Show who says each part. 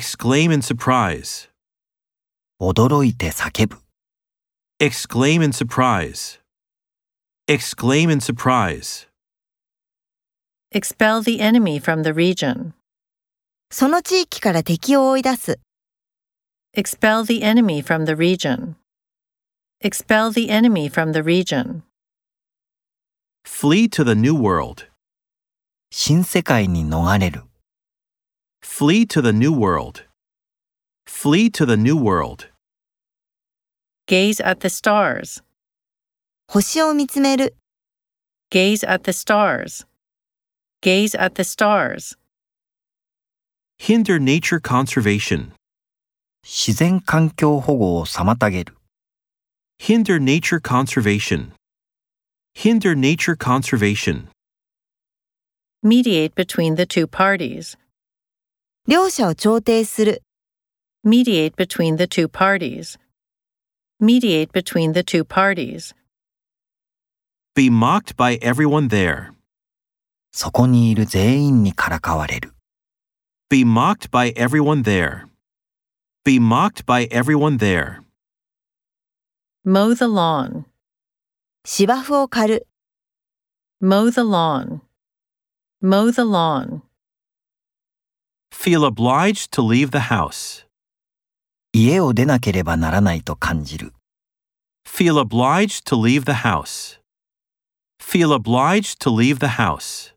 Speaker 1: Exclaim in surprise.
Speaker 2: 驚いて叫ぶ。
Speaker 1: Exclaim in surprise. Exclaim in surprise.
Speaker 3: Expel the enemy from the region.
Speaker 4: その地域から敵を追い出す。
Speaker 3: Expel the enemy from the region. Expel the enemy from the region.
Speaker 1: Flee to the new world.
Speaker 2: 新世界に逃れる。
Speaker 1: Flee to the new world. Flee to the new world.
Speaker 3: Gaze at the stars.
Speaker 4: 星を見つめる。
Speaker 3: Gaze at the stars. Gaze at the stars.
Speaker 1: Hinder nature conservation.
Speaker 2: 自然環境保護を妨げる。
Speaker 1: Hinder nature conservation. Hinder nature conservation.
Speaker 3: Mediate between the two parties.
Speaker 4: 両者を調停する。
Speaker 3: Mediate between the two parties. Mediate between the two parties.
Speaker 1: Be mocked by everyone there.
Speaker 2: そこにいる全員にからかわれる。
Speaker 1: Be mocked by everyone there. Be mocked by everyone there.
Speaker 3: Mow the lawn.
Speaker 4: 芝生を刈る。
Speaker 3: Mow the lawn. Mow the lawn.
Speaker 1: Feel obliged to leave the house.
Speaker 2: 家を出なければならないと感じる。
Speaker 1: Feel obliged to leave the house. Feel obliged to leave the house.